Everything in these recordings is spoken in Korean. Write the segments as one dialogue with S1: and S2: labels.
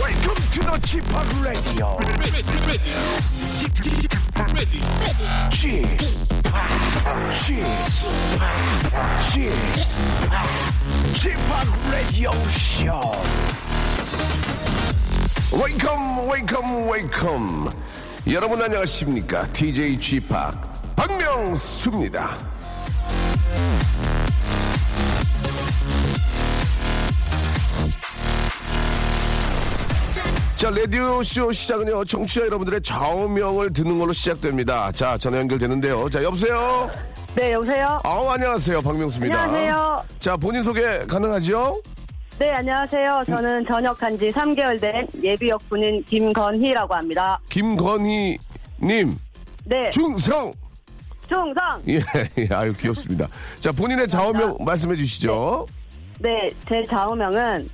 S1: Welcome to the g p o p Radio. g p g p g p Radio Show. Welcome, welcome, welcome. 여러분 안녕하십니까? DJ g p 박명수입니다. 자, 라디오쇼 시작은요, 청취자 여러분들의 좌우명을 듣는 걸로 시작됩니다. 자, 전화 연결되는데요. 자, 여보세요?
S2: 네, 여보세요?
S1: 아우, 안녕하세요. 박명수입니다.
S2: 안녕하세요.
S1: 자, 본인 소개 가능하죠?
S2: 네, 안녕하세요. 저는 전역한 지 3개월 된 예비역 군인 김건희라고 합니다.
S1: 김건희님,
S2: 네,
S1: 충성!
S2: 충성!
S1: 예, 예, 아유, 귀엽습니다. 자, 본인의 좌우명 말씀해 주시죠.
S2: 네, 제 좌우명은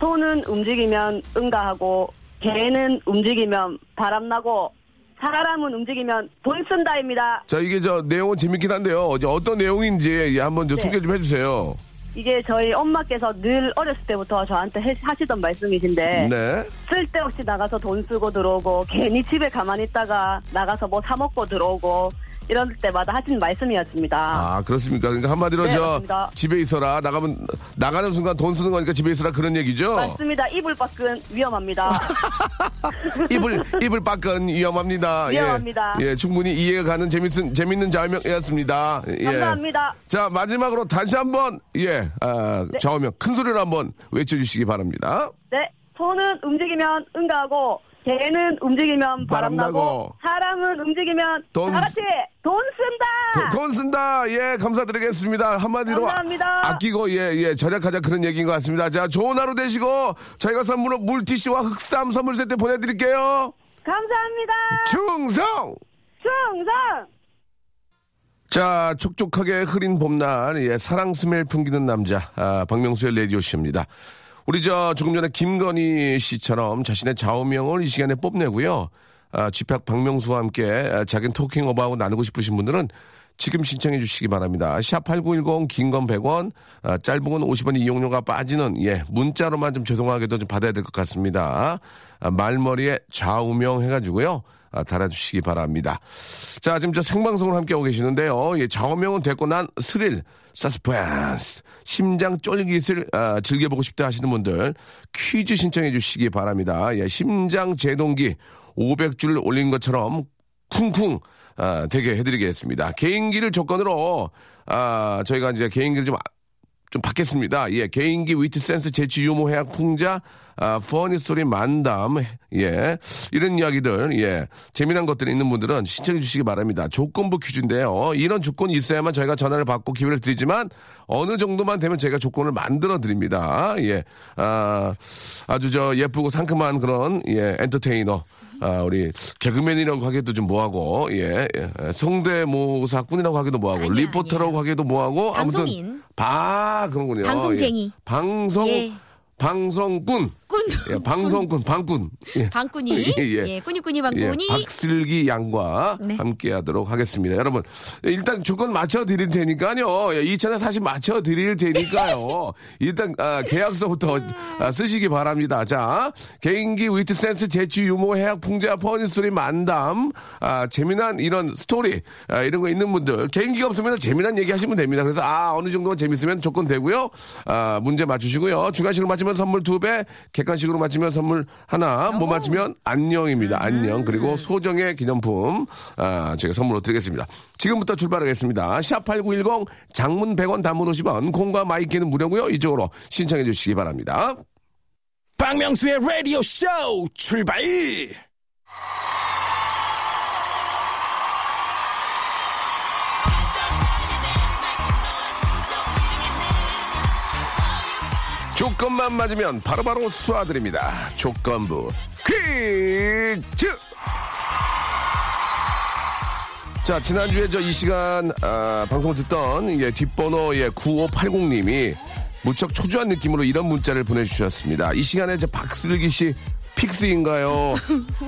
S2: 손은 움직이면 응가하고 개는 움직이면 바람나고 사람은 움직이면 돈 쓴다입니다.
S1: 자, 이게 저 내용은 재밌긴 한데요. 어제 어떤 내용인지 예, 한번 저
S2: 네.
S1: 소개 좀 해주세요.
S2: 이게 저희 엄마께서 늘 어렸을 때부터 저한테 해- 하시던 말씀이신데
S1: 네.
S2: 쓸데없이 나가서 돈 쓰고 들어오고 괜히 집에 가만히 있다가 나가서 뭐 사 먹고 들어오고 이럴 때마다 하신 말씀이었습니다.
S1: 아, 그렇습니까? 그러니까 한마디로
S2: 네,
S1: 저
S2: 맞습니다.
S1: 집에 있어라. 나가면, 나가는 순간 돈 쓰는 거니까 집에 있어라. 그런 얘기죠?
S2: 맞습니다. 이불 밖은 위험합니다.
S1: 어, 입을 입을 밖은 위험합니다.
S2: 위험합니다.
S1: 예, 예, 충분히 이해가 가는 재밌는 재밌는 자명이었습니다. 예.
S2: 감사합니다.
S1: 자 마지막으로 다시 한번 예, 아, 좌우명 큰 소리로 한번 외쳐주시기 바랍니다.
S2: 네, 손은 움직이면 응가하고 개는 움직이면
S1: 바람나고,
S2: 바람나고 사람은 움직이면
S1: 돈
S2: 다 같이 돈
S1: 돈,
S2: 쓴다.
S1: 돈 쓴다. 예, 감사드리겠습니다. 한마디로
S2: 아. 감사합니다.
S1: 아끼고 예, 예, 절약하자 그런 얘기인 것 같습니다. 자, 좋은 하루 되시고 저희가 선물로 물티슈와 흑삼 선물 세트 보내드릴게요.
S2: 감사합니다.
S1: 충성.
S2: 충성.
S1: 자, 촉촉하게 흐린 봄날, 예, 사랑 스멜 풍기는 남자, 아, 박명수의 라디오 씨입니다. 우리 저 조금 전에 김건희 씨처럼 자신의 좌우명을 이 시간에 뽐내고요. 아, 집합 박명수와 함께 아, 자기 토킹 오버하고 나누고 싶으신 분들은 지금 신청해 주시기 바랍니다. 샵8910 긴 건 100원, 아, 짧은 건 50원 이용료가 빠지는 예, 문자로만 좀 죄송하게도 좀 받아야 될 것 같습니다. 아, 말머리에 좌우명 해 가지고요. 아, 달아주시기 바랍니다. 자, 지금 저 생방송으로 함께하고 계시는데요. 예, 좌우명은 됐고 난 스릴, 서스펜스, 심장 쫄깃을 아, 즐겨보고 싶다 하시는 분들 퀴즈 신청해 주시기 바랍니다. 예, 심장 제동기 500줄 올린 것처럼 쿵쿵 아, 되게 해드리겠습니다. 개인기를 조건으로 아, 저희가 이제 개인기를 좀 좀 받겠습니다. 예, 개인기, 위트, 센스, 재치, 유머, 해학, 풍자, 아, 퍼니 스토리, 만담, 예, 이런 이야기들, 예, 재미난 것들이 있는 분들은 신청해 주시기 바랍니다. 조건부 퀴즈인데요. 이런 조건이 있어야만 저희가 전화를 받고 기회를 드리지만 어느 정도만 되면 저희가 조건을 만들어 드립니다. 예, 아, 아주 저 예쁘고 상큼한 그런, 예, 엔터테이너. 아, 우리 개그맨이라고 하기도 좀 뭐하고, 예, 예, 성대모사꾼이라고 하기도 뭐하고,
S3: 아니야,
S1: 리포터라고 하기도 뭐하고, 아무튼
S3: 방송인.
S1: 아 그런군요.
S3: 방송쟁이.
S1: 예. 방송
S3: 예.
S1: 방송꾼.
S3: 꾼.
S1: 예, 방송꾼 방꾼. 예.
S3: 방꾼이.
S1: 예, 예.
S3: 예, 꾸니꾸니
S1: 예,
S3: 방꾼이. 네.
S1: 박슬기 양과 함께하도록 하겠습니다. 여러분 일단 조건 맞춰 드릴 테니까요. 예, 이 채널 사실 맞춰 드릴 테니까요. 일단 아, 계약서부터 아, 쓰시기 바랍니다. 자 개인기 위트 센스 재치 유머 해학 풍자 퍼니 스토리 만담 아, 재미난 이런 스토리 아, 이런 거 있는 분들 개인기가 없으면 재미난 얘기 하시면 됩니다. 그래서 아 어느 정도 재밌으면 조건 되고요. 아, 문제 맞추시고요. 주관식으로 맞히면 선물 두 배, 객관식으로 맞히면 선물 하나, 못 맞히면 안녕입니다. 안녕. 그리고 소정의 기념품, 아, 제가 선물로 드리겠습니다. 지금부터 출발하겠습니다. 샵8910 장문 100원 단문 50원, 콩과 마이키는 무료고요. 이쪽으로 신청해 주시기 바랍니다.
S4: 박명수의 라디오 쇼 출발!
S1: 조건만 맞으면 바로바로 쏘아드립니다. 조건부 퀴즈! 자, 지난주에 저 이 시간, 아, 방송을 듣던, 예, 뒷번호, 예, 9580님이 무척 초조한 느낌으로 이런 문자를 보내주셨습니다. 이 시간에 저 박슬기 씨 픽스인가요?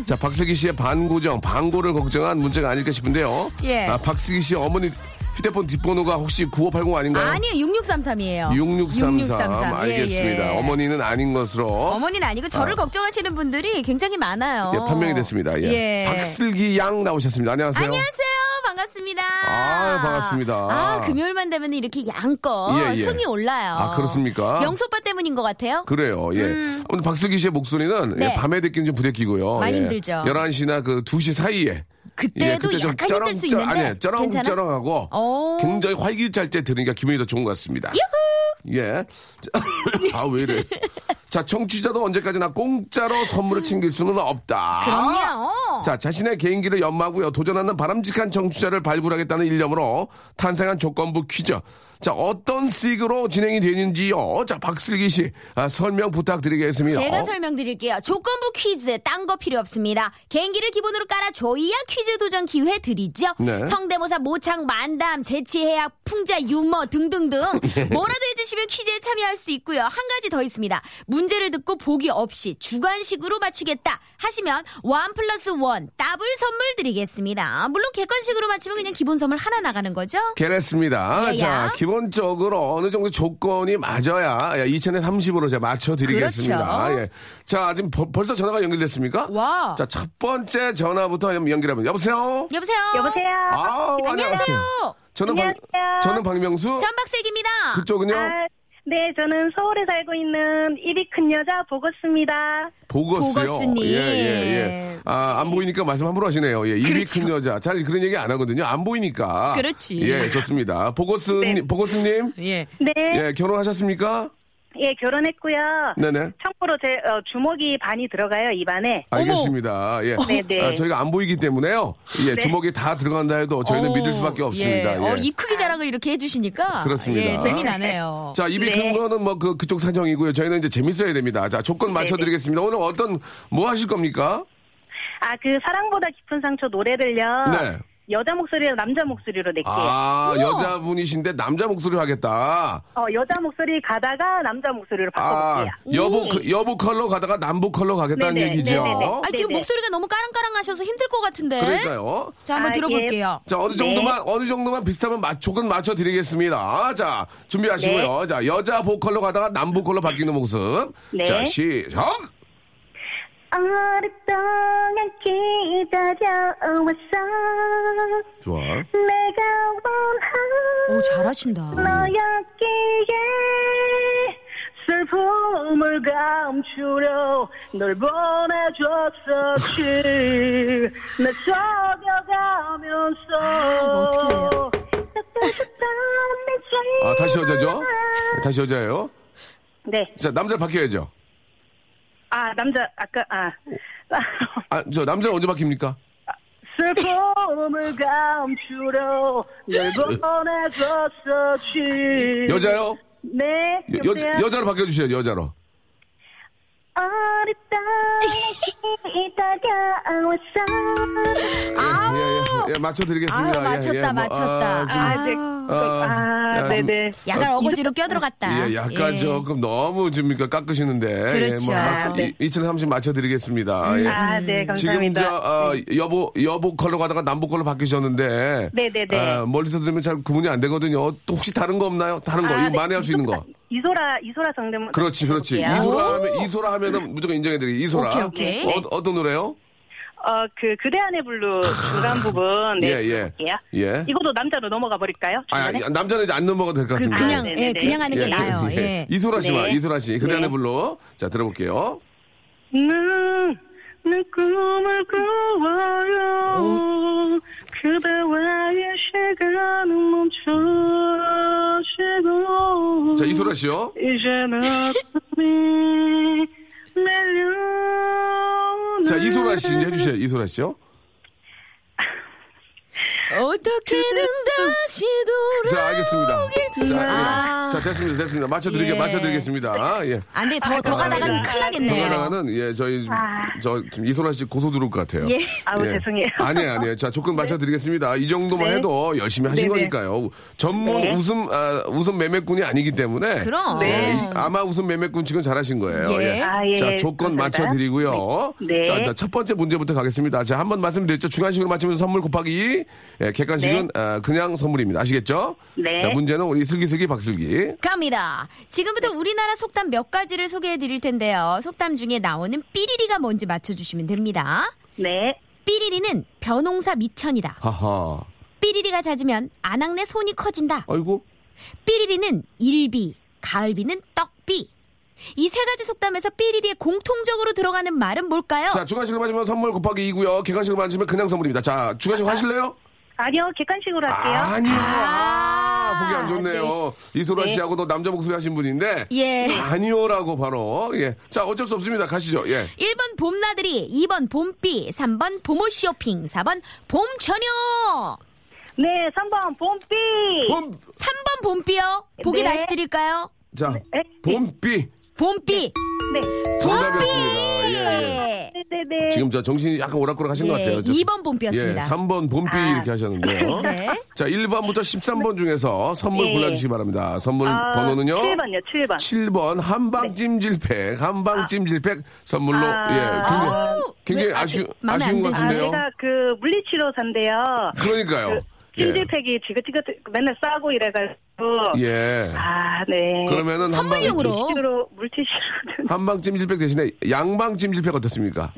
S1: 자, 박슬기 씨의 반고정, 반고를 걱정한 문자가 아닐까 싶은데요.
S3: 예.
S1: 아, 박슬기 씨 어머니 휴대폰 뒷번호가 혹시 9580 아닌가요?
S3: 아니요, 6633이에요.
S1: 6633.
S3: 예,
S1: 알겠습니다. 어머니는 아닌 것으로.
S3: 는 아니고 저를 걱정하시는 분들이 굉장히 많아요.
S1: 예, 판명이 됐습니다. 예.
S3: 예.
S1: 박슬기 양 나오셨습니다. 안녕하세요.
S3: 안녕하세요. 반갑습니다.
S1: 아, 반갑습니다.
S3: 아, 금요일만 되면 이렇게 양껏
S1: 예, 예.
S3: 흥이 올라요.
S1: 아, 그렇습니까?
S3: 영소빠 때문인 것 같아요?
S1: 그래요, 예. 오늘 박슬기 씨의 목소리는
S3: 음. 네.
S1: 예, 밤에 듣기는 좀 부대끼고요.
S3: 많이
S1: 예.
S3: 힘들죠.
S1: 11시나 그 2시 사이에. 예,
S3: 그때도
S1: 그때 좀
S3: 약간 힘들 수
S1: 쩌렁쩌-
S3: 있는데 어.
S1: 아니, 쩌렁쩌렁하고
S3: 오.
S1: 굉장히 활기찰 때 들으니까 기분이 더 좋은 것 같습니다. 예. 아, 왜 이래. 자, 청취자도 언제까지나 공짜로 선물을 챙길 수는 없다.
S3: 그럼요.
S1: 자, 자신의 개인기를 연마하고요. 도전하는 바람직한 정치자를 발굴하겠다는 일념으로 탄생한 조건부 퀴즈. 자, 어떤 식으로 진행이 되는지요. 자, 박슬기 씨, 아, 설명 부탁드리겠습니다.
S3: 제가 설명드릴게요. 조건부 퀴즈, 딴 거 필요 없습니다. 개인기를 기본으로 깔아줘야 퀴즈 도전 기회 드리죠.
S1: 네.
S3: 성대모사, 모창, 만담, 재치, 해악, 풍자, 유머 등등등 뭐라도 해주시면 퀴즈에 참여할 수 있고요. 한 가지 더 있습니다. 문제를 듣고 보기 없이 주관식으로 맞추겠다 하시면 원 플러스 원 더블 선물 드리겠습니다. 물론 객관식으로 맞추면 그냥 기본 선물 하나 나가는 거죠.
S1: 개랬습니다.
S3: 예야.
S1: 자, 기본적으로 어느 정도 조건이 맞아야 2030으로 제가 맞춰드리겠습니다.
S3: 그렇죠.
S1: 예. 자, 지금 벌- 벌써 전화가 연결됐습니까?
S3: 와.
S1: 자, 첫 번째 전화부터 한번 연결하면 여보세요?
S3: 여보세요.
S2: 여보세요.
S1: 아우,
S3: 예. 안녕하세요.
S1: 저는 박,
S2: 안녕하세요.
S1: 저는
S3: 네.
S1: 박명수.
S3: 전박슬기입니다.
S1: 그쪽은요?
S2: 아, 네, 저는 서울에 살고 있는 입이 큰 여자 보고스입니다.
S1: 보거스요.
S3: 보거스님.
S1: 예, 예, 예. 아, 안 보이니까 말씀 함부로 하시네요. 예, 입이 큰 여자. 잘 그런 얘기 안 하거든요. 안 보이니까.
S3: 그렇죠. 그렇지.
S1: 예, 좋습니다. 보거스님, 보거스님.
S3: 예.
S2: 네,
S1: 예, 결혼하셨습니까?
S2: 예, 결혼했고요.
S1: 네네.
S2: 참고로 제 어, 주먹이 반이 들어가요, 입안에.
S1: 알겠습니다. 예.
S2: 네, 네.
S1: 아, 저희가 안 보이기 때문에요. 예, 주먹이 다 들어간다 해도 저희는
S3: 어,
S1: 믿을 수밖에 없습니다.
S3: 예.
S1: 예.
S3: 어, 입 크기 자랑을 이렇게 해주시니까.
S1: 그렇습니다.
S3: 예, 재미나네요.
S1: 자, 입이
S2: 네.
S1: 큰 거는 뭐 그, 그쪽 사정이고요. 저희는 이제 재밌어야 됩니다. 자, 조건
S2: 네,
S1: 맞춰드리겠습니다. 오늘 어떤, 뭐 하실 겁니까?
S2: 아, 그 사랑보다 깊은 상처 노래를요.
S1: 네.
S2: 여자 목소리로 남자 목소리로 낼게요.
S1: 아,
S2: 네.
S1: 여자분이신데 남자 목소리 하겠다.
S2: 어, 여자 목소리 가다가 남자 목소리로
S1: 아,
S2: 바꿔볼게요.
S3: 음.
S2: 음.
S1: 여보, 그 컬- 여보 컬러 가다가 남부 컬러 가겠다는
S2: 네네,
S1: 얘기죠.
S2: 네네네.
S3: 아, 지금
S2: 네네.
S3: 목소리가 너무 까랑까랑하셔서 힘들 것 같은데.
S1: 어? 그러니까요.
S3: 자, 한번
S2: 아,
S3: 들어볼게요.
S1: 자,
S2: 네.
S1: 어느 정도만, 어느 정도만 비슷하면 맞, 조금 맞춰드리겠습니다. 자, 준비하시고요. 자, 여자 보컬로 가다가 남보컬로 바뀌는 모습.
S2: 네.
S1: 자, 시작!
S2: 오랫동안 기다려왔어
S1: 좋아.
S2: 내가 원한
S3: 오, 잘하신다.
S2: 너였기에 슬픔을 감추려 널그 보내줬었지 나
S3: 어떡해요.
S2: 속여가면서
S1: 아, 다시 여자죠? 다시 여자예요?
S2: 네.
S1: 자, 남자 바뀌어야죠.
S2: 아, 남자, 아까, 아.
S1: 아, 저, 남자 언제 바뀝니까?
S2: 슬픔을 감추려 널 보내줬었지
S1: 여자요?
S2: 네,
S1: 여,
S2: 여보세요?
S1: 여, 여자로 바뀌어주세요, 여자로.
S2: 어렵다니 다가왔어
S3: 아우.
S1: 예, 예, 예,
S3: 아유,
S1: 맞춰드리겠습니다.
S3: 맞췄다,
S1: 예, 예, 뭐,
S3: 맞췄다.
S1: 아, 좀-
S2: 아, 네.
S1: 아,
S2: 아,
S1: 좀-
S2: 네네.
S3: 약간 어거지로 껴들어갔다.
S1: 예, 약간
S3: 예.
S1: 조금 너무 좀 그러니까 깎으시는데.
S3: 그렇죠.
S1: 맞춰- 이- 2030 맞춰드리겠습니다. 예.
S2: 아, 네,
S1: 지금
S2: 감사합니다.
S1: 저 어, 여보 여보 컬러 가다가 남보 컬러 바뀌셨는데.
S2: 네네네.
S1: 아, 멀리서 들으면 잘 구분이 안 되거든요. 또 혹시 다른 거 없나요? 다른 거
S2: 아,
S1: 이거
S2: 네,
S1: 만회할 수 있는 거.
S2: 이소라, 이소라 정대문.
S1: 그렇지, 그렇지.
S2: 해볼게요.
S1: 이소라 하면 이소라 하면은 무조건 인정해드리. 이소라.
S3: 오케이, 오케이.
S1: 어, 어떤 노래요?
S2: 어, 그, 그대 안의 블루 중간 부분. 네,
S1: 예, 예.
S2: 해볼게요.
S1: 예.
S2: 이것도 남자로 넘어가 버릴까요?
S1: 아,
S2: 중간에?
S1: 아, 남자는 이제 안 넘어가도 될 것
S3: 그,
S1: 같습니다.
S3: 그냥,
S2: 아,
S3: 예,
S2: 네네네.
S3: 그냥 하는 게
S1: 예,
S3: 나아요.
S1: 예.
S3: 예.
S1: 이소라 씨, 와,
S2: 네.
S1: 이소라 씨, 그대
S2: 네.
S1: 안에 불러. 자, 들어볼게요.
S2: 난, 네, 내 꿈을 꾸어요. 그대와의 시간은 멈춰지고.
S1: 자, 이소라 씨요.
S2: 이제는 밤이 밀려오는
S1: 자, 이소라 씨 이제 해주세요. 이소라 씨요.
S3: 어떡해. 어떻게든 다시 돌아.
S1: 자, 알겠습니다. 자, 예.
S3: 아.
S1: 자, 됐습니다. 됐습니다. 맞춰드리게,
S3: 예.
S1: 맞춰드리겠습니다. 아, 예.
S3: 안 돼, 더, 더 가다가는 큰일 나겠네요.
S1: 아,
S3: 아.
S1: 전화가는 예, 저희 저 지금 이소라 씨 고소 들어올 것 같아요.
S3: 예.
S2: 아우 죄송해요.
S1: 아니에요, 아니에요. 자, 조건 맞춰드리겠습니다. 이 정도만
S2: 네.
S1: 해도 열심히 하신
S2: 네네.
S1: 거니까요. 전문
S2: 네.
S1: 웃음, 아, 웃음 매매꾼이 아니기 때문에.
S3: 그럼.
S1: 예,
S2: 네.
S1: 이- 아마 웃음 매매꾼 지금 잘하신 거예요.
S3: 예.
S2: 아, 예.
S1: 자, 조건
S2: 감사합니다.
S1: 맞춰드리고요.
S2: 네.
S1: 자, 일단 첫 번째 문제부터 가겠습니다. 자, 한 번 말씀드렸죠. 주간식으로 맞추면서 선물 곱하기. 예, 객관식은 아, 그냥 선물입니다. 아시겠죠?
S2: 네.
S1: 자, 문제는 우리 슬기슬기 박슬기.
S3: 갑니다.
S1: 네.
S3: 지금부터 우리나라 속담 몇 가지를 소개해 드릴 텐데요. 속담 중에 나오는 삐리리가 뭔지 맞춰주시면 됩니다.
S2: 네.
S3: 삐리리는 벼농사 미천이다.
S1: 하하.
S3: 삐리리가 잦으면 안악내 손이 커진다.
S1: 아이고.
S3: 삐리리는 일비, 가을비는 떡비. 이 세 가지 속담에서 삐리리에 공통적으로 들어가는 말은 뭘까요?
S1: 자, 주간식을 맞으면 선물 곱하기 2고요. 객관식을 맞으면 그냥 선물입니다. 자, 주간식 하실래요?
S2: 아니요 객관식으로 할게요.
S1: 아니요. 아, 보기 안 좋네요. 이소라
S2: 네.
S1: 씨하고도 남자 목소리 하신 분인데.
S3: 예.
S1: 아니요라고 바로. 예. 자, 어쩔 수 없습니다. 가시죠. 예.
S3: 1번 봄나들이, 2번 봄비, 3번 봄옷 쇼핑, 4번 봄저녁.
S2: 네 3번 봄비.
S1: 봄.
S3: 3번 봄비요. 보기
S2: 네.
S3: 다시 드릴까요?
S1: 자,
S2: 네.
S1: 봄비.
S3: 봄비.
S2: 네.
S1: 정답이었습니다. 예, 예.
S3: 예.
S2: 네네네.
S1: 지금 저 정신이 약간 오락가락 하신 것
S3: 예,
S1: 같아요. 저-
S3: 2번
S1: 예,
S3: 봄비였습니다. 아.
S1: 3번 봄비 이렇게 하셨는데요.
S3: 네.
S1: 자, 1번부터 13번 중에서 선물
S2: 예.
S1: 골라주시기 바랍니다. 선물
S2: 아,
S1: 번호는요?
S2: 7번요 7번.
S1: 7번 한방찜질팩 한방찜질팩 선물로
S2: 아.
S1: 예
S3: 아우,
S1: 굉장히, 굉장히
S3: 왜 아직
S1: 아쉬,
S3: 마음에
S1: 아쉬운
S3: 안
S1: 것
S3: 드시네.
S2: 아,
S1: 같은데요
S2: 제가 그 물리치료사인데요.
S1: 그러니까요 예.
S2: 찜질팩이 지긋지긋 맨날 싸고 이래가지고.
S1: 예
S2: 아, 네.
S1: 그러면은 한방,
S3: 선물용으로.
S2: 물티슈로, 물티슈로.
S1: 한방찜질팩 대신에 양방찜질팩 어떻습니까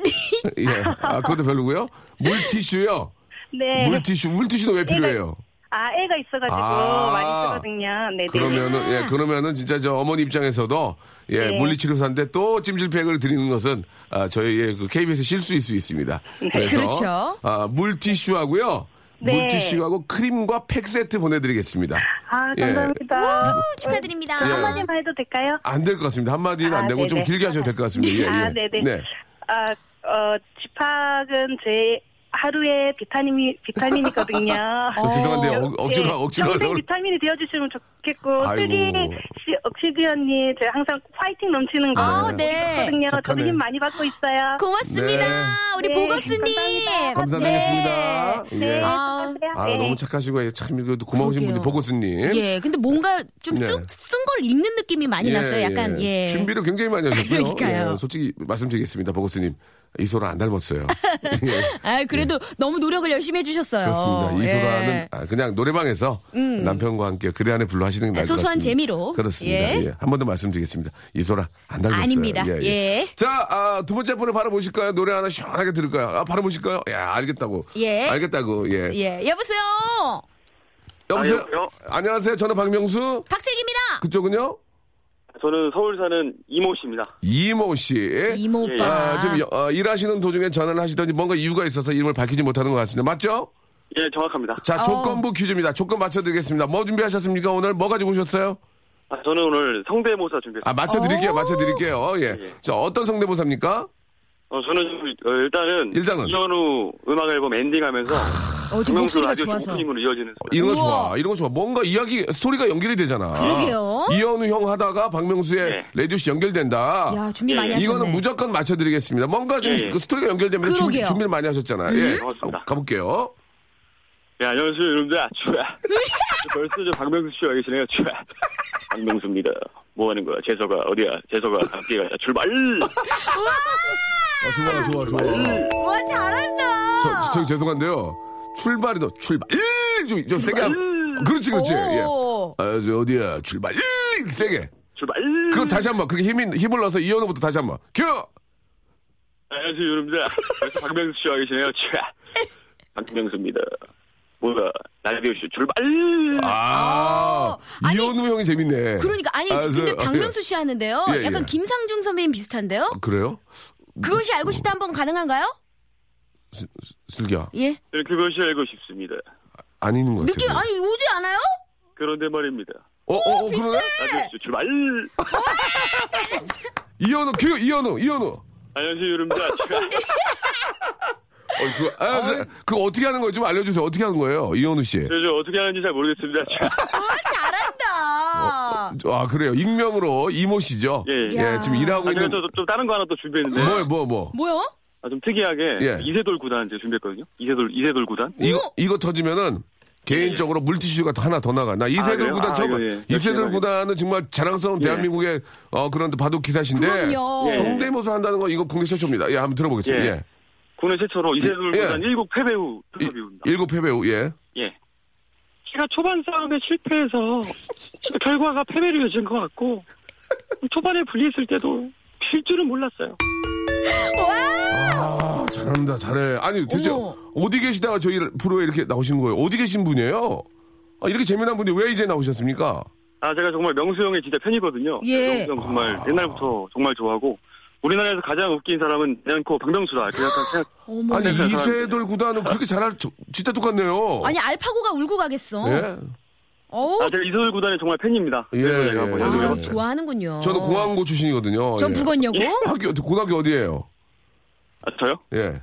S1: 예 아, 그것도 별로고요 물티슈요
S2: 네.
S1: 물티슈 물티슈는 왜 필요해요
S2: 아, 애가 있어가지고
S1: 아.
S2: 많이 쓰거든요. 네,
S1: 그러면은 예 그러면은 진짜 저 어머니 입장에서도 예
S2: 네.
S1: 물리치료사인데 또 찜질팩을 드리는 것은 아, 저희의 그 KBS 실수일 수 있습니다. 그래서
S3: 그렇죠.
S1: 아, 물티슈하고요.
S2: 네.
S1: 물티슈하고 크림과 팩 세트 보내드리겠습니다.
S2: 아,
S1: 예.
S2: 감사합니다.
S3: 아우, 축하드립니다.
S1: 예.
S2: 한마디만 해도 될까요?
S1: 안 될 것 같습니다. 한마디는 안
S2: 아,
S1: 되고 좀
S2: 네네.
S1: 길게 하셔도 될 것 같습니다. 예, 예.
S2: 아, 네네. 아, 어, 집합은 제 하루에 비타민이, 비타민이거든요.
S1: 저 죄송한데 어,
S2: 저-
S1: 억지로
S2: 예,
S1: 억지로
S2: 평생
S1: 하려고
S2: 비타민이 되어주시면 좋겠고
S1: 아이고.
S2: 슬기 씨, 억시디 언니 제가 항상 화이팅 넘치는 거
S3: 아,
S2: 보고
S3: 네.
S2: 있거든요. 저도
S1: 착하네.
S2: 힘 많이 받고 있어요.
S3: 고맙습니다.
S1: 네.
S3: 우리
S2: 네,
S3: 보거스님.
S2: 감사합니다.
S1: 감사드리겠습니다. 예.
S2: 네,
S3: 아.
S2: 수고하세요.
S1: 아
S2: 네.
S1: 너무 착하시고 예, 참 이거 고마우신
S3: 그러게요.
S1: 분들 보고스님.
S3: 예, 근데 뭔가 좀
S1: 네.
S3: 쑥 쓴 걸 읽는 느낌이 많이 났어요. 약간 예.
S1: 준비를 굉장히 많이 하셨고요.
S3: 그러니까요.
S1: 예, 솔직히 말씀드리겠습니다, 보고스님 이소라 안 닮았어요. 예.
S3: 아, 그래도 너무 노력을 열심히 해주셨어요.
S1: 그렇습니다. 이소라는
S3: 예. 음.
S1: 아, 그냥 노래방에서 남편과 함께 그대 안에 불러 하시는 게 나을 것
S3: 소소한
S1: 같습니다.
S3: 재미로.
S1: 그렇습니다.
S3: 예.
S1: 한 번 더 말씀드리겠습니다. 이소라 안 닮았어요.
S3: 아닙니다. 예.
S1: 자, 아, 두 번째 분을 바로 모실까요? 노래 하나 시원하게 들을까요? 아, 바로 모실까요? 야, 알겠다고.
S3: 예.
S1: 알겠다고. 예.
S3: 예, 여보세요.
S1: 여보세요?
S5: 아, 여보세요?
S1: 안녕하세요. 저는 박명수.
S3: 박슬기입니다.
S1: 그쪽은요?
S5: 저는 서울 사는 이모 씨입니다.
S1: 이모 씨.
S3: 이모
S5: 예.
S3: 오빠.
S1: 아, 지금 여- 어, 일하시는 도중에 전화를 하시더니 뭔가 이유가 있어서 이름을 밝히지 못하는 것 같습니다. 맞죠?
S5: 예, 정확합니다.
S1: 자,
S3: 어.
S1: 조건부 퀴즈입니다. 조건 맞춰드리겠습니다. 뭐 준비하셨습니까? 오늘 뭐 가지고 오셨어요?
S5: 아, 저는 오늘 성대모사 준비했습니다.
S1: 아,
S3: 어.
S1: 맞춰드릴게요. 맞춰드릴게요. 예.
S5: 예.
S1: 자, 어떤 성대모사입니까?
S5: 어, 저는 지금, 어, 일단은,
S1: 일단은.
S5: 이현우 음악 앨범 엔딩하면서
S3: 어, 지금
S5: 박명수
S3: 목소리가
S5: 라디오
S3: 좋아서.
S5: 오프닝으로 이어지는
S1: 이런 거
S3: 우와.
S1: 좋아. 이런 거 좋아. 뭔가 이야기, 스토리가 연결이 되잖아.
S3: 그러게요.
S1: 이현우 형 하다가 박명수의
S5: 예.
S1: 레디오씨 연결된다.
S3: 야, 준비 많이
S1: 아,
S3: 하셨네.
S1: 이거는 무조건 맞춰드리겠습니다. 뭔가 좀
S5: 예.
S1: 그 스토리가 연결되면서 준비,
S3: 그러게요.
S1: 준비를 많이 하셨잖아요. 예.
S5: 고맙습니다.
S1: 가- 가볼게요.
S5: 예, 안녕하세요, 여러분들. 아, 추야. 저 벌써 저 박명수 씨와 계시네요, 추야. 박명수입니다. 뭐 하는 거야? 재석아, 어디야? 재석아, 함께 가자. 출발!
S1: 아, 좋아, 좋아, 좋아.
S3: 와, 잘한다.
S1: 저, 어, 저, 저 죄송한데요. 출발이 너 출발. 일! 좀, 좀 세게. 한- 그렇지, 그렇지. 예.
S3: 오.
S1: 아, 저 어디야? 출발. 일! 세게.
S5: 출발!
S1: 그거 다시 한번 그렇게 힘 힘을 넣어서 이현우부터 다시 한번 큐.
S5: 안녕하세요, 여러분들. 벌써 박명수 씨와 계시네요, 추야. 박명수입니다. 뭐야? 라디오쇼 출발!
S1: 아
S3: 음. 어, 아니,
S1: 이현우 형이 재밌네.
S3: 그러니까 아니
S1: 아,
S3: 근데
S1: 저,
S3: 박명수 씨 하는데요.
S1: 예,
S3: 약간
S1: 예.
S3: 김상중 선배님 비슷한데요?
S1: 아, 어. 그래요?
S3: 그것이 알고 싶다 한번 가능한가요?
S1: 슬기야
S3: 예.
S5: 네, 그것이 알고 싶습니다.
S1: 안 있는 것 같아.
S3: 느낌 아니 오지 않아요?
S5: 그런데 말입니다.
S1: 어어 어, 그러네.
S5: 라디오쇼 출발!
S1: 이현우 어, 큐 이현우 이현우.
S5: 아, 안녕하세요, 여러분들. 추야.
S1: 그거, 아, 그- 그거 어떻게 하는 거예요? 좀 알려주세요. 어떻게 하는 거예요? 이현우 씨.
S5: 요즘 어떻게 하는지 잘 모르겠습니다.
S3: 아, 잘한다.
S1: 아, 그래요. 익명으로 이모 씨죠?
S5: 예, 예.
S1: 예, 지금 일하고
S5: 아, 네. 제가
S1: 있는.
S5: 또, 또 다른 거 하나 또 준비했는데.
S1: 뭐, 뭐, 뭐.
S3: 뭐요?
S5: 아, 좀 특이하게
S1: 예.
S5: 이세돌 구단 제가 준비했거든요. 이세돌 이세돌 구단.
S1: 이거, 이거 터지면은 개인적으로 물티슈가 또 하나 더 나가. 나 이세돌
S5: 그래요?
S1: 구단
S5: 예. 아,
S1: 처음,
S5: 이거 예.
S1: 이세돌
S5: 열심히
S1: 구단은 정말 자랑스러운 대한민국의 어, 그런 바둑 기사신데.
S3: 그럼요.
S5: 예.
S1: 성대모사 한다는 건 이거 국내 최초입니다. 예, 한번 들어보겠습니다.
S5: 예.
S1: 예.
S5: 국내 최초로 이세돌
S1: 예.
S5: 구단 1국 패배후
S1: 일-
S5: 특급이운다.
S1: 일곱 패배우, 예.
S5: 예. 제가 초반 싸움에 실패해서 결과가 패배를 요진 것 같고 초반에 불리했을 때도 질 줄은 몰랐어요.
S1: 아, 잘한다, 잘해. 아니, 대체
S3: 어머.
S1: 어디 계시다가 저희 프로에 이렇게 나오신 거예요? 어디 계신 분이에요? 아, 이렇게 재미난 분이 왜 이제 나오셨습니까?
S5: 아 제가 정말 명수 형의 진짜 팬이거든요.
S3: 예.
S5: 명수 형 정말
S1: 아.
S5: 옛날부터 정말 좋아하고 우리나라에서 가장 웃긴 사람은 내놓고 박명수다. 그냥 생각.
S3: 어머. 뭐
S1: 아니,
S5: 네,
S1: 이세돌 구단은 그렇게 잘할, 저- 진짜 똑같네요.
S3: 아니 알파고가 울고 가겠어.
S1: 예?
S3: 어우,
S5: 아 제가 이세돌 구단의 정말 팬입니다.
S1: 예,
S5: 그래서 제가
S1: 예,
S5: 뭐
S1: 예.
S5: 연습해봤-
S3: 아, 좋아하는군요.
S5: 어.
S1: 저는 공항고 출신이거든요.
S3: 전
S1: 예.
S3: 북원여고.
S1: 학교, 고등학교 어디예요
S5: 아, 저요?
S1: 예.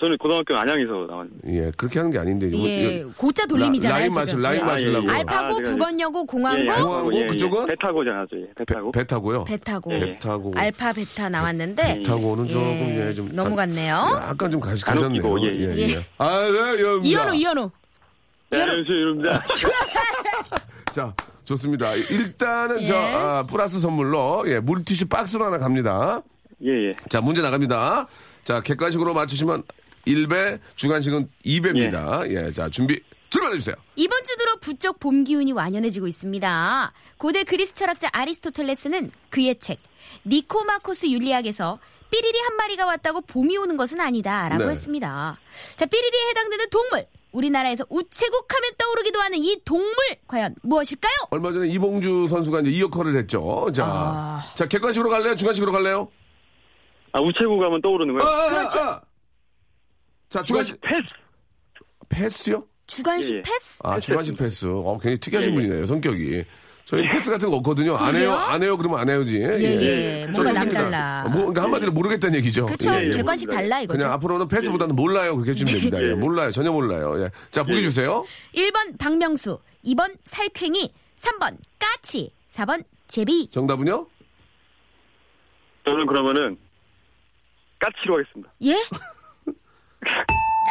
S5: 저는 고등학교 안양에서 나왔는데.
S1: 예, 그렇게 하는 게 아닌데. 이거-
S3: 예,
S1: 이거
S3: 고자 돌림이잖아요.
S1: 라인 맞을,
S3: 지금.
S1: 라인
S3: 예.
S5: 맞-
S1: 맞으려고.
S5: 아, 예, 예.
S3: 알파고,
S5: 아, 제가-
S3: 북원여고, 공항고,
S5: 예,
S1: 공항고?
S5: 예, 예.
S1: 그쪽은?
S5: 배 타고잖아요. 저희. 배
S1: 배,
S5: 타고.
S1: 배 타고요?
S3: 배 타고.
S5: 예.
S1: 배 타고.
S3: 알파 베타 나왔는데
S1: 배 타고는 조금, 예, 좀.
S3: 넘어갔네요.
S1: 약간 좀 가시,
S5: 안
S1: 가셨네요.
S5: 웃기고, 예, 예.
S3: 예.
S1: 아, 예, 예.
S3: 이현우 이현우.
S5: 네, 안녕하세요. 이름입니다.
S1: 자, 좋습니다. 일단은
S3: 예.
S1: 저 아, 플러스 선물로 예, 물티슈 박스로 하나 갑니다.
S5: 예, 예.
S1: 자, 문제 나갑니다. 자, 객관식으로 맞추시면 1배, 주관식은 2배입니다. 예. 자, 준비 출발해 주세요.
S3: 이번 주 들어 부쩍 봄 기운이 완연해지고 있습니다. 고대 그리스 철학자 아리스토텔레스는 그의 책 니코마코스 율리학에서 삐리리 한 마리가 왔다고 봄이 오는 것은 아니다라고
S1: 네.
S3: 했습니다. 자, 삐리리에 해당되는 동물. 우리나라에서 우체국 하면 떠오르기도 하는 이 동물 과연 무엇일까요?
S1: 얼마 전에 이봉주 선수가 이제 이 역할을 했죠. 자.
S3: 아.
S1: 자, 객관식으로 갈래요? 주관식으로 갈래요?
S5: 아, 우체국 가면 떠오르는
S1: 아,
S5: 거예요?
S1: 아,
S3: 그렇죠.
S1: 아. 자,
S3: 뭐,
S1: 주관식
S5: 패스!
S1: 패스요?
S3: 주관식
S5: 예, 예.
S3: 패스?
S1: 아, 주관식 패스. 어, 굉장히 특이하신
S5: 예, 예.
S1: 분이네요. 성격이. 저희 패스 같은 거 없거든요. 안 해요, 안 해요, 그러면 안 해요지. 예,
S3: 예. 뭔가
S1: 좋습니다.
S3: 남달라.
S1: 뭐, 그러니까 한마디로 모르겠다는 얘기죠.
S3: 그쵸? 네,
S1: 예, 예.
S3: 객관식 달라 이거죠.
S1: 그냥 앞으로는 패스보다는 몰라요. 그렇게 해주면 됩니다. 예,
S5: 예.
S1: 몰라요. 전혀 몰라요. 예. 자, 보기 주세요.
S3: 1번 박명수, 2번 살쾡이, 3번 까치, 4번 제비.
S1: 정답은요?
S5: 저는 그러면은 까치로 하겠습니다.
S3: 예?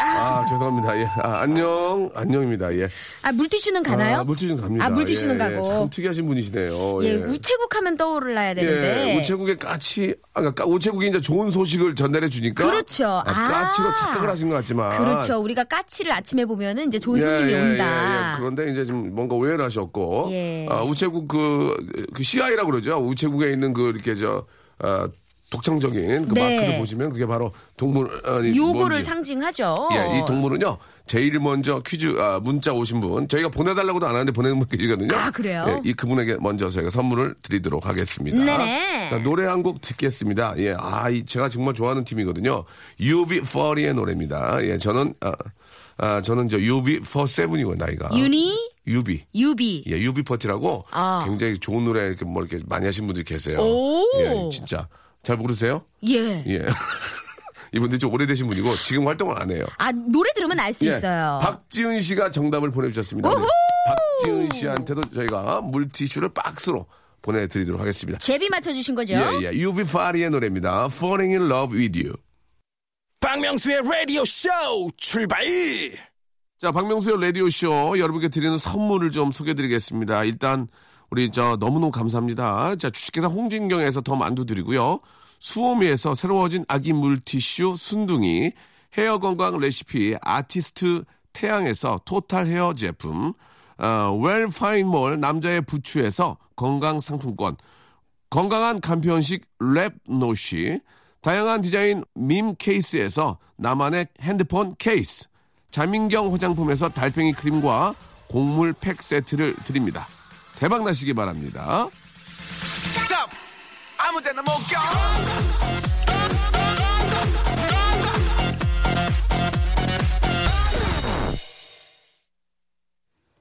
S1: 아, 죄송합니다. 예. 아, 안녕. 안녕입니다. 예.
S3: 아, 물티슈는 가나요?
S1: 아, 물티슈 갑니다.
S3: 아, 물티슈는
S1: 예, 예.
S3: 가고.
S1: 참 특이하신 분이시네요.
S3: 예, 우체국 하면 떠올라야 되는데.
S1: 예, 우체국에 까치, 아, 그러니까 우체국이 이제 좋은 소식을 전달해 주니까.
S3: 그렇죠.
S1: 아,
S3: 아.
S1: 까치로 착각을 하신 것 같지만.
S3: 그렇죠. 우리가 까치를 아침에 보면은 이제 좋은
S1: 아. 예,
S3: 손님이
S1: 예,
S3: 온다.
S1: 예, 예. 그런데 이제 지금 뭔가 오해를 하셨고,
S3: 예.
S1: 아, 우체국 그, 그 CI라고 그러죠. 우체국에 있는 그 이렇게 저, 아, 독창적인 그
S3: 네.
S1: 마크를 보시면 그게 바로 동물, 아니,
S3: 요거를
S1: 뭔지.
S3: 상징하죠.
S1: 예, 이 동물은요, 제일 먼저 퀴즈, 아, 문자 오신 분, 저희가 보내달라고도 안 하는데 보내는 분 계시거든요.
S3: 아, 그래요?
S1: 예, 이 그분에게 먼저 저희가 선물을 드리도록 하겠습니다.
S3: 네네.
S1: 자, 노래 한 곡 듣겠습니다. 예, 아, 이 제가 정말 좋아하는 팀이거든요. UB40의 노래입니다. 예, 저는, 아, 아, 저는 저 UB47이고요, 나이가.
S3: 유니,
S1: UB.
S3: 유비.
S1: 예, 유비퍼티라고
S3: 아.
S1: 굉장히 좋은 노래 이렇게 뭐 이렇게 많이 하신 분들이 계세요.
S3: 오.
S1: 예, 진짜. 잘 모르세요?
S3: 예.
S1: 예. 이분들이 좀 오래되신 분이고 지금 활동을 안 해요.
S3: 아, 노래 들으면 알 수 있어요.
S1: 예. 박지은 씨가 정답을 보내주셨습니다. 네.
S3: 우후!
S1: 박지은 씨한테도 저희가 물티슈를 박스로 보내드리도록 하겠습니다.
S3: 제비 맞춰주신 거죠?
S1: 예, 예. 유비파리의 노래입니다. Falling in love with you.
S4: 박명수의 라디오 쇼 출발!
S1: 자, 박명수의 라디오쇼 여러분께 드리는 선물을 좀 소개드리겠습니다. 일단, 우리 저 너무너무 감사합니다. 자, 주식회사 홍진경에서 더 만두 드리고요. 수오미에서 새로워진 아기 물티슈 순둥이, 헤어 건강 레시피 아티스트 태양에서 토탈 헤어 제품, 어, 웰파인몰 남자의 부추에서 건강 상품권, 건강한 간편식 랩노시, 다양한 디자인 밈 케이스에서 나만의 핸드폰 케이스, 자민경 화장품에서 달팽이 크림과 곡물 팩 세트를 드립니다. 대박 나시기 바랍니다.
S4: 아무데나 못 껴!